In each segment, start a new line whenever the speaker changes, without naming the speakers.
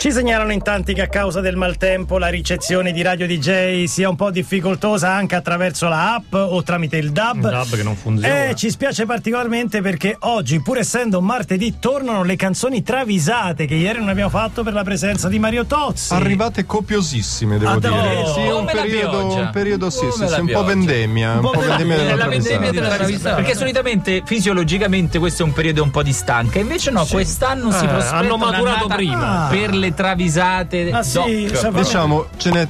Ci segnalano in tanti che a causa del maltempo la ricezione di Radio DJ sia un po' difficoltosa anche attraverso la app o tramite il DAB.
Un DAB che non funziona.
E ci spiace particolarmente perché oggi, pur essendo martedì, tornano le canzoni travisate che ieri non abbiamo fatto per la presenza di Mario Tozzi.
Arrivate copiosissime, devo
Ah,
dire.
no.
Sì, è un
Come la
periodo,
pioggia.
un periodo sì,
Come
sì,
la
sì, un po'
pioggia.
vendemmia, un po' vendemmia
È
della
la vendemmia
traversata.
della travisata. Perché solitamente fisiologicamente questo è un periodo un po' di stanca, invece no, quest'anno si
Eh,
prospetta
hanno maturato
un'annata
prima.
per le travisate.
Ah sì,
doc.
sapeva-
Diciamo, ce n'è,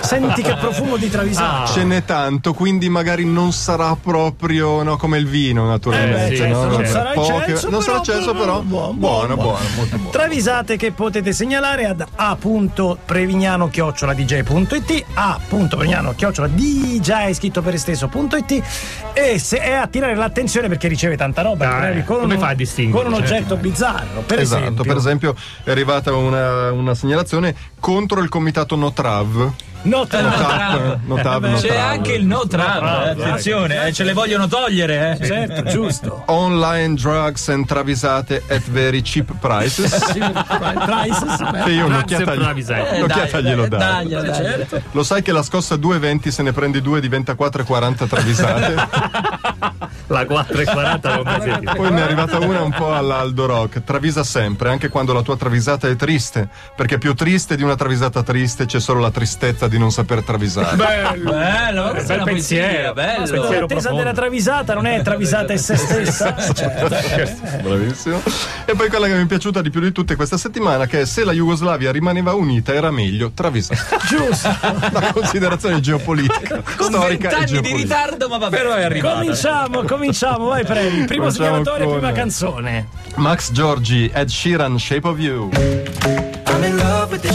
senti che profumo di travisato.
ce n'è tanto, quindi magari non sarà proprio no, come il vino, naturalmente.
Eh, beh, sì,
no?
certo,
non
Vabbè,
sarà
poche-
Censo,
non sarà
però-
Censo, però.
buono, buono,
Buono, buono,
buono.
molto buono.
Travisate che potete segnalare ad a.prevignano-dj.it a.prevignano-dj scritto per esteso.it e se è attirare l'attenzione perché riceve tanta roba
Ah,
magari
eh, come
un-
fa a distinguere,
con un
certo.
oggetto bizzarro per
esatto,
esempio
per esempio è arrivata una, una segnalazione contro il comitato Notrav.
Notte
No
no,
trap.
no trap,
no
C'è
trap.
anche il no trap,
trap,
eh, attenzione, eh, ce le vogliono togliere. eh.
certo giusto
Online drugs and travisate at very cheap prices. che io
Grazie
un'occhiata
per la
gli-
visetta.
Eh,
un'occhiata
dai,
glielo
eh,
dà.
dagli, dagli.
Lo sai che la scossa 2,20 se ne prendi due diventa 4,40 travisate?
La 4,40 non mi sentite.
Poi ne è arrivata una un po' all'Aldo Rock. Travisa sempre, anche quando la tua travisata è triste. Perché più triste di una travisata triste c'è solo la tristezza di non saper travisare.
Bello.
Bello, ma questa è
Bel
una poesia,
pensiero.
bello.
Pensiero
l'attesa
profondo.
della travisata non è travisata e se stessa
Certo.
certo.
Bravissimo. E poi quella che mi è piaciuta di più di tutte questa settimana, che è se la Jugoslavia rimaneva unita era meglio travisata.
giusto
Una considerazione geopolitica,
Con
storica e
vent'anni di
geopolitica.
ritardo, ma va bene, è arrivato.
cominciamo cominciamo vai Previ primo
Cominciamo
segnalatore
con-
prima canzone
Max Giorgi, Ed Sheeran, Shape of You.
Una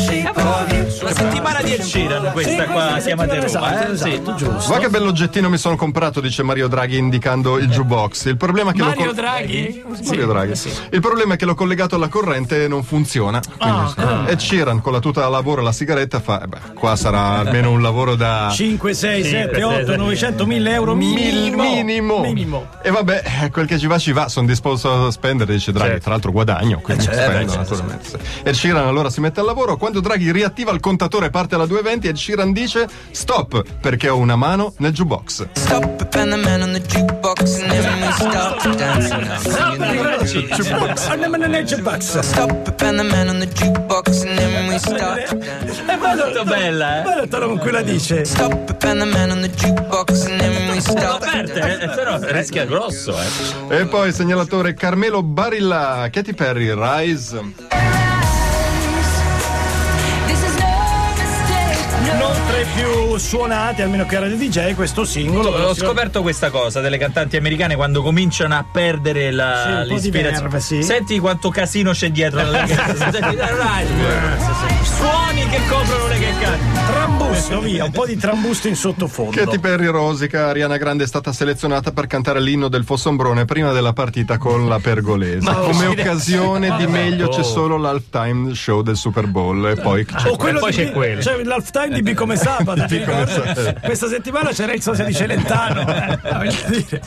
settimana di Ed Sheeran questa qua
Sì,
chiamate
questa
Roma,
settimana,
eh, sì.
esatto, giusto
Va che bell'oggettino mi sono comprato, dice Mario Draghi indicando il jukebox. Il problema è che
Mario
lo co-
Draghi?
Mario Draghi. Il problema è che l'ho collegato alla corrente e non funziona. Quindi, Ed Sheeran con la tuta a lavoro e la sigaretta fa. eh beh, qua sarà almeno un lavoro da.
5, 6, 7, 8, 900, 1000 euro
mil-
minimo.
minimo.
Minimo.
E vabbè, eh, quel che ci va ci va, sono disposto a spendere, dice Draghi.
Certo.
Tra l'altro guadagno, quindi spendo
beh, certo,
naturalmente. Ed Sheeran allora si mette al lavoro, quando Draghi riattiva il contatore e parte alla 220 Ed Sheeran dice "Stop, perché ho una mano nel jukebox".
Stop and the man on the jukebox and everyone stops dancing now. So you know.
Ah,
Stop and the man on the jukebox and everyone stops dancing.
E vado
Molto bella, eh.
Vado tono con quella dice.
Stop and the man on the jukebox and everyone stops
Aperte, eh,
dancing.
però rischia grosso, eh.
E poi segnalatore Carmelo Barilla, Katy Perry, Rise.
Non tre più suonate, almeno che era di DJ, questo singolo.
Ho scoperto questa cosa delle cantanti americane quando cominciano a perdere la,
Sì, un po' di
l'ispirazione.
verve, sì.
Senti quanto casino c'è dietro le Suoni che coprono le che cantano.
Trambusto, via, un po' di trambusto in
Katy
sottofondo.
Perry rosica, Ariana Grande è stata selezionata per cantare l'inno del Fossombrone prima della partita con la Pergolesa. Come occasione di meglio c'è solo l'halftime show del Super Bowl e poi
O quello
poi
di
c'è
B-
quello.
Cioè, l'halftime di B come sabato. ti
come
ricordi?
sabato.
Questa settimana c'era il sosia di Celentano. eh, voglio dire.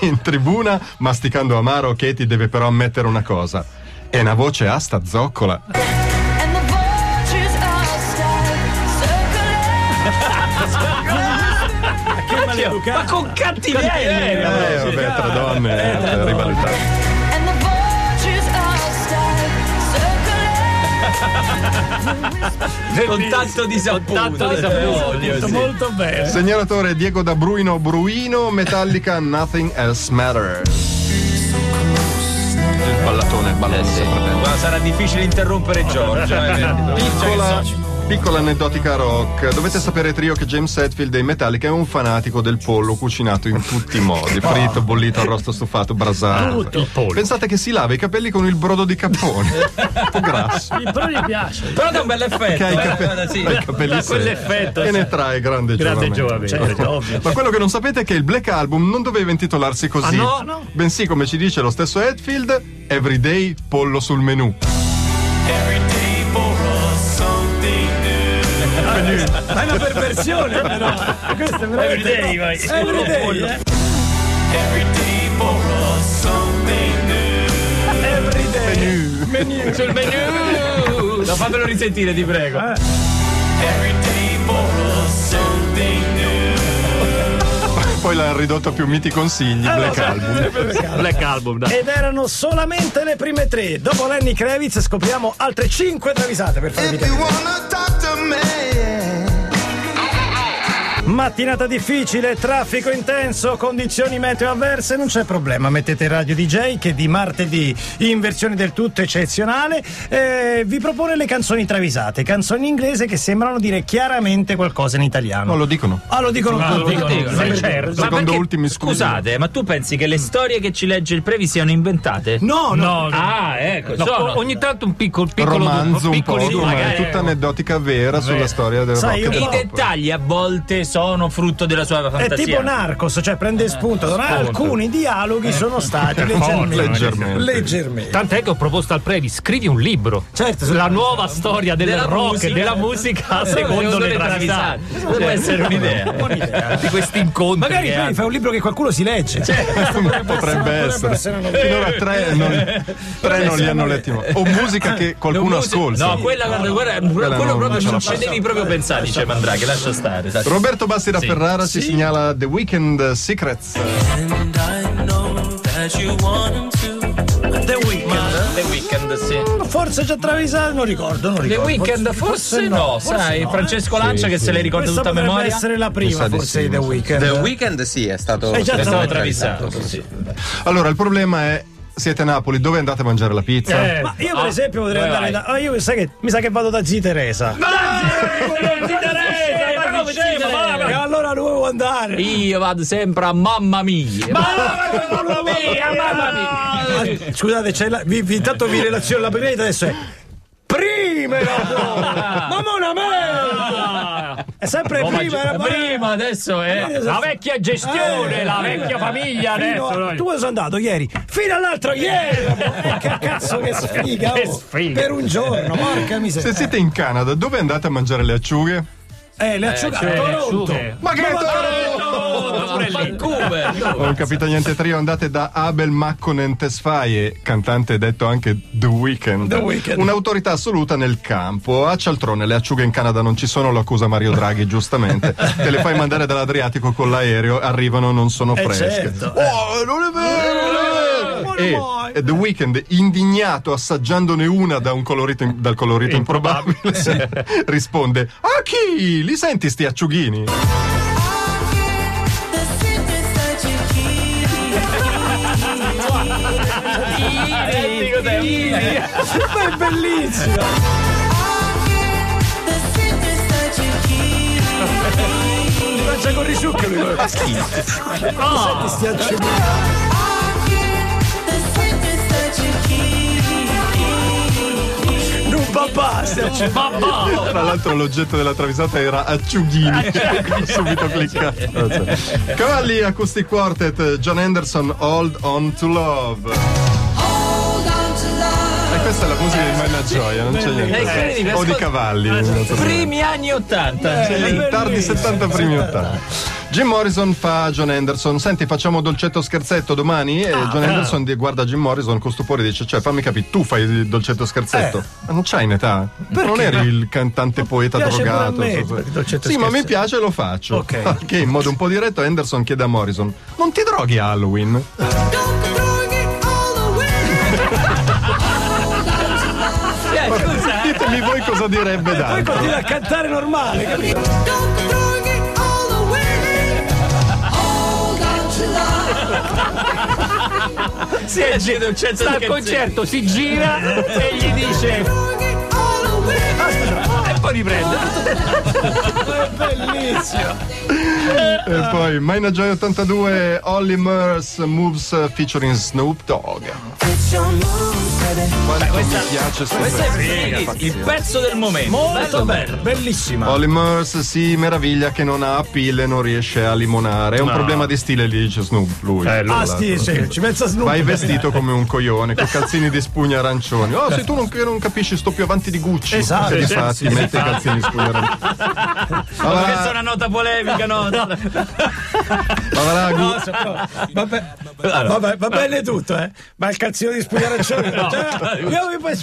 in tribuna, masticando amaro, Katy deve però ammettere una cosa. È una voce asta zoccola.
Che
Ma
maleducato.
con cattiveria!
Eh, vabbè, tra donne, eh, rivalità.
Con tanto di saputo.
tanto di saputo,
Voglio, sì.
Molto bene.
Segnalatore Diego da Bruino Bruino, Metallica Nothing Else Matters. Il ballatone, il ballatone sempre bello.
Ma sarà difficile interrompere Giorgio. eh.
Cioè,
Piccola, piccola aneddotica rock. Dovete sapere, trio, che James Hetfield dei Metallica è un fanatico del pollo cucinato in tutti i modi: fritto, bollito, arrosto stufato, brasato.
Tutto. Il
pollo.
Pensate che si lava i capelli con il brodo di cappone. un po' grasso.
Però gli piace.
Però dà un bel
Che
effetto.
ha i
eh,
capelli,
guarda, sì.
ha i
Ecco.
capelli secchi.
quell'effetto,
E
sì.
ne trae grande,
Grande
giovamento. Cioè,
giovane.
Certo, ovvio.
Ma quello che non sapete è che il Black Album non doveva intitolarsi così.
Ah, no? No.
Bensì, come ci dice lo stesso Hetfield, Everyday pollo sul menù.
Ma è una perversione, però. Questo è veramente.
Everyday, vai.
Everyday, eh. Everyday.
menu.
Sul menu! No, fammelo risentire, ti prego.
Poi l'ha ridotto a più miti consigli,
Eh,
Black Album.
Black Album, dai.
Ed erano solamente le prime tre. Dopo Lenny Kravitz scopriamo altre cinque travisate per farvi
If you
capire.
wanna talk to me,
Mattinata difficile, traffico intenso, condizioni meteo avverse, non c'è problema. Mettete il Radio DJ che di martedì in versione del tutto eccezionale eh, vi propone le canzoni travisate, canzoni in inglese che sembrano dire chiaramente qualcosa in italiano.
No, lo dicono.
Ah, lo dicono
Ah, lo
tutti.
dicono tutti,
Sì,
eh,
perché-
certo.
Secondo ultimi scudi.
Scusate, ma tu pensi che le storie che ci legge il Previ siano inventate?
No, no.
No,
Ah, ecco,
no,
sono-
ogni tanto un piccolo, piccolo
Romanzo un po',
piccoli-
ma è
magari-
tutta aneddotica vera sulla storia del
Sai,
rock.
io-
ecco. I
and pop.
dettagli a volte sono frutto della sua
È
fantasia. Eh,
tipo Narcos, cioè prende spunto. da-
spunto.
Alcuni dialoghi sono stati
Per forza,
leggermente.
Leggermente.
Leggermente.
Tant'è che ho proposto al Previ, scrivi un libro.
Certo,
La nuova storia del
Della
rock
musica.
e della musica secondo le Certo. travisate.
Può essere un'idea.
Buon'idea.
Di questi incontri.
Magari
che
poi
hanno.
fai un libro che qualcuno si legge.
potrebbe essere.
essere una-
Finora tre non, tre non li hanno letti. no. O musica che qualcuno
Music-
ascolta.
No, quella, guarda, guarda, quello
non-
proprio
non ce
non
la
ci
faccio. Esatto.
devi proprio pensare, dice Mandrake, lascia stare. dai.
Roberto Bassi da Ferrara si segnala The Weekend Secrets.
And I know that you want to.
The Weeknd.
The Weeknd, sì.
Forse già travisato, non ricordo, non
The
ricordo.
Weeknd forse no,
forse
sai,
no, eh.
Francesco Lancia che se le ricorda
Questa
tutta a
potrebbe
memoria.
essere la
Mi sa
prima,
di
forse,
sì,
di The
mi sa.
Weeknd.
The Weeknd sì, è stato
È già
è
stato
stato
travisato,
travisato. sì.
Allora, il problema è siete a Napoli, dove andate a mangiare la pizza?
Eh,
Ma io per
Ah,
esempio potrei
vai,
andare
vai.
da... Ah, io sai che, mi sa che vado da zia Teresa. E allora dove vuoi andare?
Io vado sempre a mamma mia. Mamma mia, mamma mia.
Ah, Scusate, c'è la, vi, vi- intanto vi relaziono la prima adesso è... Prima era buona! Ma mo' una merda! È sempre
Oh, ma
prima,
gi-
era buona.
Prima adesso è
La vecchia gestione, la vecchia famiglia
Eh. Fino
adesso.
a-
no?
tu dove sei andato ieri? Fino all'altro ieri! Eh, che cazzo che sfiga!
Che
oh.
sfiga.
Per un giorno, porca
Se
miseria!
siete in Canada, dove andate a mangiare le acciughe?
Eh, le asciughe a
cioè,
Toronto!
asciughe.
Ma che
pure lì.
Non capite niente trio, andate da Abel Makkonen Tesfaye, cantante detto anche The Weeknd.
The Weeknd.
Un'autorità assoluta nel campo. A Cialtrone le acciughe in Canada non ci sono, lo accusa Mario Draghi giustamente. Te le fai mandare dall'Adriatico con l'aereo, arrivano, non sono
Eh,
fresche.
certo.
Oh, non è vero! non è vero! E The Weeknd, indignato, assaggiandone una da un colorito in- dal colorito improbabile, risponde: A chi? Li senti sti acciughini?
The secrets that you keep.
Ma è bellissimo!
The secrets that you keep.
Faccia con risucchio lui! Ma Senti, sti acciughe.
The secrets that you keep.
Non va basta!
Tra l'altro l'oggetto della travisata era acciughini. Subito cliccato. Cavalli Acoustic Quartet, John Anderson, Hold On To Love.
Hold on to love.
E questa è la musica di Manna Gioia, non c'è
incredibile,
niente. O di
ascolta-
cavalli.
Primi anni 80.
Sì, tardi 70 primi 80. Jim Morrison fa John Anderson, senti facciamo dolcetto scherzetto domani e
Ah,
John Anderson di- guarda Jim Morrison con stupore e dice cioè fammi capire tu fai il dolcetto
Eh.
scherzetto ma non c'hai in età, non eri il cantante poeta
piace pure a
drogato
me
so-
il
so-
dolcetto
sì ma mi
scherzetto.
piace e lo faccio
Ok.
che in modo un po' diretto Anderson chiede a Morrison non ti droghi a Halloween?
Don't throw it all away.
eh.
ditemi voi cosa direbbe
Poi
Dante
continua a cantare normale, capito?
Don't throw it all away. Hold on to love.
Sì, è gi- sta al concerto, si gira e gli dice
Throw it all away.
e poi riprende.
e poi Mina Joy 82 Holly Murs Moves featuring Snoop Dogg
It's your moves, baby.
quanto mi piace sto
Questo è
pezzo.
il pezzo del momento.
Molto bello, bellissima!
Holly Murs si meraviglia che non ha appeal e non riesce a limonare. È un problema di stile, gli dice Snoop. Lui.
Eh, lui.
Ah, sì, sì, ci pensa Snoop.
Vai vestito come un coglione, con calzini di spugna arancioni. Oh, se tu non, che non capisci, sto più avanti di Gucci.
Esatto.
E di fatti, mette i calzini di spugna arancioni.
Questa è una nota polemica, no?
Avaragu-
Vabbè, vabbè, va bene tutto, eh? Ma il calzino di spugna arancione
No,
eh, io,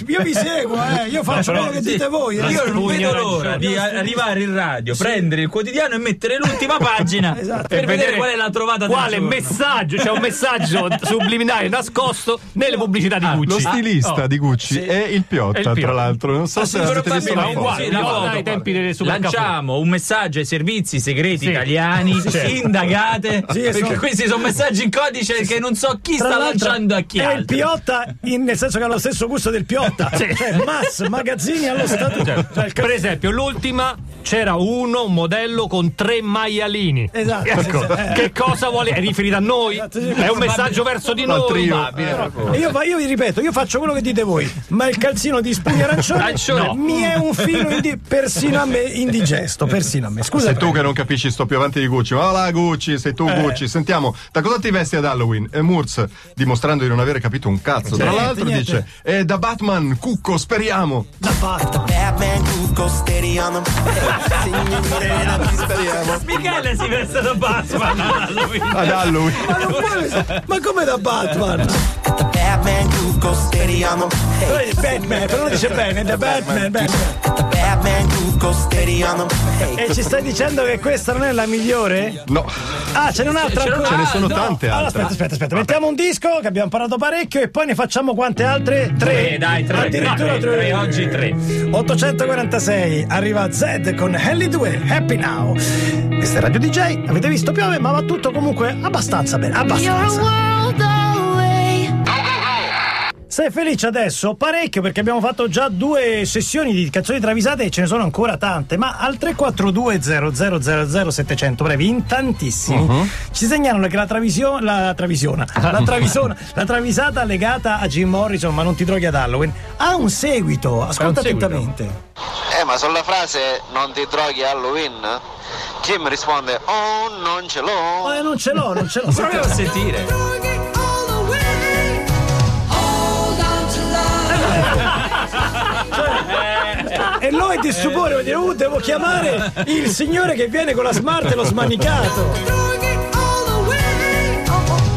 vi, io vi seguo, eh, io faccio quello che dite voi. eh.
Io non
Spugno
vedo
arancione.
l'ora di a- arrivare in radio, prendere il quotidiano e mettere l'ultima pagina
Esatto.
per vedere qual è la trovata del
quale
giorno.
messaggio, c'è un messaggio subliminale nascosto nelle pubblicità di
Lo
Gucci.
Ah,
stilista
oh.
di Gucci è il Piotta,
È il Piotta.
tra l'altro. Non so
Ah,
se
sì,
avete visto la
probabilmente,
foto.
uguale,
sì, la
uguale
foto,
ai tempi delle supercaffè.
Lanciamo un messaggio ai servizi segreti
Sì.
italiani, indagate,
Sì,
perché
sono-
questi sono messaggi in codice che non so chi
Tra
sta
l'altro
lanciando a chi
è il
altro.
Piotta in- nel senso che ha lo stesso gusto del Piotta cioè Mass Magazzini allo statuto
Certo.
Cioè, il ca-
Per esempio, l'ultima c'era uno, un modello con tre maialini.
Esatto,
Ecco,
sì, sì, eh.
che cosa vuole? È riferita a noi?
Esatto, sì,
È un messaggio verso di
Al
noi? eh,
trio. Eh,
E io, fa- io vi ripeto, io faccio quello che dite voi, ma il calzino di spugna arancione
Arancione.
mi è un filo indi- persino a me indigesto, persino a me. Scusa,
Sei tu che non capisci sto più avanti di Gucci. Ma là Gucci, sei
Eh.
tu Gucci. Sentiamo, da cosa ti vesti ad Halloween? E Murz, dimostrando di non aver capito un cazzo. Tra
Niente,
l'altro
niente.
dice, è da Batman, cucco, speriamo.
da fatta.
Batman who goes steady on them. Signorina, mi speriamo.
Michele si veste da Batman ad Halloween.
Ad Halloween.
Ma, non puoi- ma come da Batman?
The Batman who goes steady on them. Hey,
Eh, Batman, però lo dice bene, da Batman, Batman.
the Batman who goes steady on them. Hey,
E ci stai dicendo che questa non è la migliore?
No,
Ah, ce n'è un'altra ancora.
ce ne sono tante
Allora,
altre.
aspetta, aspetta, aspetta. Mettiamo un disco che abbiamo imparato parecchio e poi ne facciamo quante altre? Tre.
Eh, dai, tre,
Addirittura
dai, tre,
tre.
oggi tre.
846 arriva Z con Helly 2, Happy Now. Questa è Radio DJ, avete visto piove, ma va tutto comunque abbastanza bene, abbastanza. Sei felice adesso? Parecchio perché abbiamo fatto già due sessioni di canzoni travisate e ce ne sono ancora tante, ma al 342 0000 700 brevi, in tantissimi, ci segnalano che la travisione, la travisiona, la travisona, la travisata legata a Jim Morrison, ma non ti droghi ad Halloween, ha un seguito, ascolta
seguito.
attentamente.
Eh, ma sulla frase non ti droghi Halloween? Jim risponde, oh, non ce l'ho.
Eh, non ce l'ho, non ce l'ho.
Proviamo a sentire.
Throwing it all away. Hold on to love.
e lui è di stupore, vuol dire, uh, devo chiamare il signore che viene con la smart e l'ho smanicato.
Throwing it all away.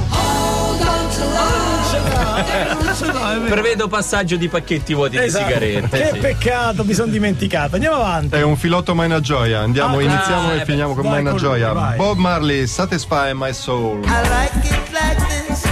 Hold on to love.
Prevedo passaggio di pacchetti vuoti
Esatto.
di sigarette.
Che
sì.
peccato, mi sono dimenticato. Andiamo avanti.
È un filotto mai una gioia. Andiamo,
Ah,
iniziamo
ah,
e
eh,
finiamo con
vai
mai una
con lui,
gioia.
vai.
Bob Marley, Satisfy My Soul.
I like it like this.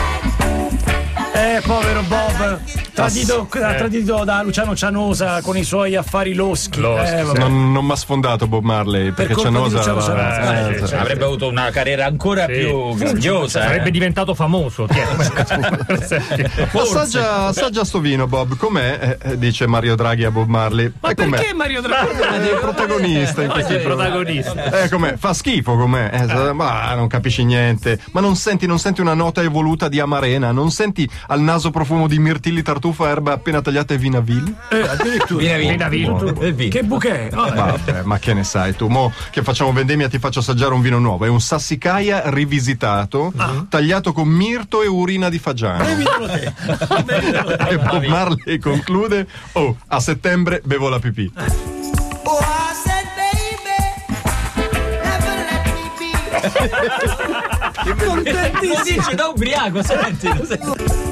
Eh, povero Bob, tradito, eh, tradito da Luciano Cianosa con i suoi affari loschi. Eh, vabbè.
Non, non mi ha sfondato Bob Marley perché
colpa di
Cianosa.
Luciano Cianosa.
eh,
Eh, sì, sì.
Avrebbe avuto una carriera ancora più grandiosa.
cioè,
eh.
Sarebbe diventato famoso. ti è- per esempio.
Assaggia, assaggia sto vino, Bob. Com'è? Eh, eh, dice Mario Draghi a Bob Marley. Ma
Perché Mario
Eh,
Draghi?
È Eh, il protagonista in
Questo è
questo
il protagonista.
Eh, com'è? Fa schifo com'è? Eh, sa- Ma non capisci niente. Ma non senti, non senti una nota evoluta di amarena? Non senti al naso profumo di mirtilli, tartufa, erba appena tagliata e vinavili? Oh,
Eh, addirittura.
Viene
Vina
vinto.
Villa.
E via.
Che bouquet. Oh,
Ma, vabbè, ma che ne sai tu? Mo che facciamo vendemmia ti faccio assaggiare un vino nuovo. È un sassicaia rivisitato,
Ah.
tagliato con mirto e urina di fagiano.
bevitelo te.
e Bob Marley conclude: Oh, a settembre bevo la pipì.
Oh, I said, baby, never let me be.
Lo
Contentissimo.
dice da ubriaco, senti. lo senti.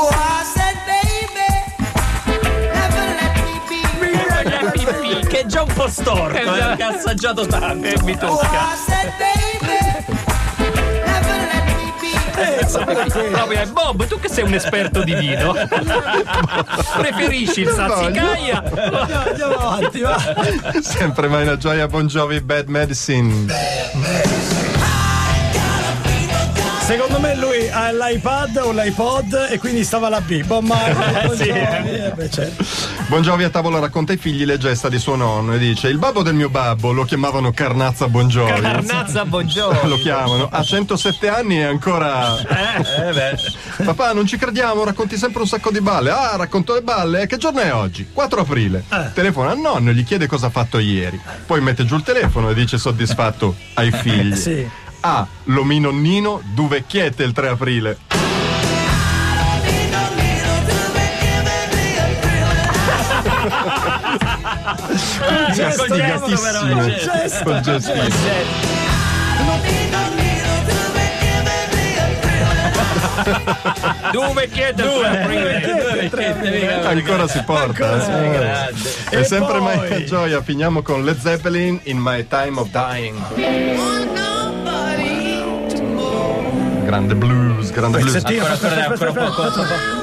Oh, I said, baby, never let me be.
che è già un po' storto, eh, che ha assaggiato
Oh,
tanto.
I said, baby, never let me be.
Proprio, eh, Bob, tu che sei un esperto di vino, preferisci il sassicaia?
Andiamo avanti, va.
Sempre mai una gioia, Bon Jovi, Bad Medicine.
Secondo me lui ha l'iPad o l'iPod e quindi stava la B. Bob Marley.
Sì.
Eh, beh, certo.
Bon Jovi a tavola racconta ai figli le gesta di suo nonno e dice: Il babbo del mio babbo lo chiamavano Carnazza Bon Jovi.
Carnazza buongiorno.
Lo chiamano a 107 anni e ancora.
Eh, beh.
Papà, non ci crediamo, racconti sempre un sacco di balle. Ah, racconto le balle. Che giorno è oggi? 4 aprile.
Eh.
Telefona al nonno e gli chiede cosa ha fatto ieri. Poi mette giù il telefono e dice soddisfatto
Eh,
ai figli.
Sì.
Ah, lo mi nonnino duvecchiette il 3 aprile.
Gesto
Gesto
diavolo, però,
gatissimo.
eh, gesto.
Col gestino.
Due vecchietti e
Due,
tre
Eh,
due
prime.
vecchietti.
Ancora si porta.
Ancora si
eh.
grande.
E,
E
sempre
poi?
Michael Gioia, finiamo con Led Zeppelin in My Time of Dying. Grande blues, grande blues.
Pezzettino, aspetta, aspetta, aspetta, aspetta, aspetta.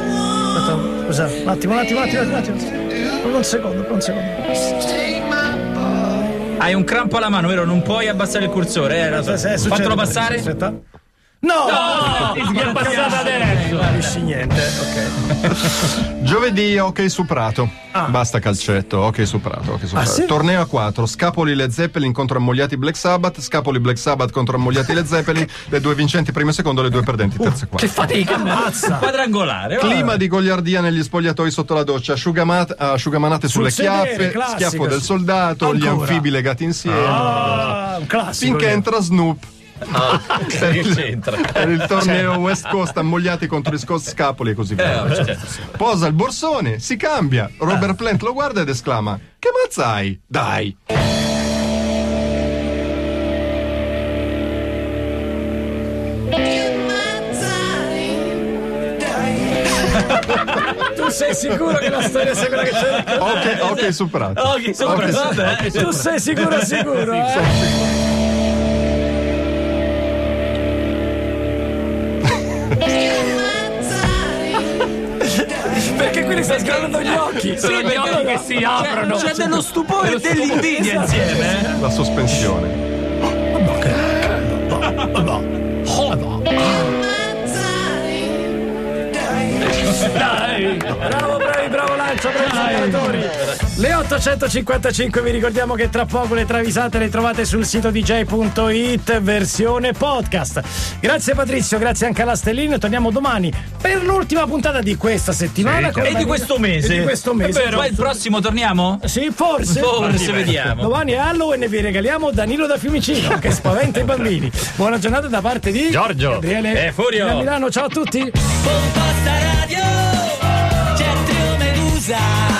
Scusa, un attimo, un attimo, un attimo, un attimo. Proprio Un secondo, proprio un secondo.
Hai un crampo alla mano, vero? Non puoi abbassare il cursore. Eh?
Se- se- succede-
Fatelo passare.
Aspetta. No!
È passata adesso.
Non riuscì niente, ok.
Giovedì hockey su Prato. Basta calcetto, hockey su Prato. Hockey su
Ah,
Prato.
sì?
Torneo a 4, Scapoli Led Zeppelin contro Ammogliati Black Sabbath, Scapoli Black Sabbath contro Ammogliati Led Zeppelin, le due vincenti primo e secondo, le due perdenti terzo e quarto.
Fatica.
Ammazza.
Quadrangolare. va.
Clima di goliardia negli spogliatoi sotto la doccia, asciugamat- ah, asciugamanate sulle
Sul sedere,
chiappe,
classico,
schiaffo del
sì.
soldato, gli
Ancora?
anfibi legati insieme.
Ah, un classico.
finché entra Snoop. per, il, per il torneo West Coast ammogliati contro i Scott Scapoli e così via. Cioè, Posa il borsone, si cambia. Robert Plant lo guarda ed esclama: Che mazzai? Dai!
Tu sei sicuro che la storia sia quella che c'è?
Ok, ok, superato.
Ok, sopra.
Ok,
vabbè.
Tu sei sicuro, sicuro, eh? Perché quelli sta scrollando gli occhi.
Sono gli occhi che si aprono.
C'è dello stupore e dell'invidia insieme. eh.
La sospensione.
Bravo, bravi, bravo Lancia, bravi giocatori. Le 855 vi ricordiamo che tra poco le travisate le trovate sul sito dj.it versione podcast. Grazie Patrizio, grazie anche alla Stellina. Torniamo domani per l'ultima puntata di questa settimana. con
E
la-
di questo mese.
E di questo
È
mese.
vero. Poi il prossimo torniamo?
Sì, forse.
Forse, vediamo.
Domani è Halloween e vi regaliamo Danilo da Fiumicino che spaventa i bambini. Buona giornata da parte di
Giorgio.
Gabriele
E Furio.
Da Milano, ciao a tutti.
Con Costa Radio, c'è Teo Medusa.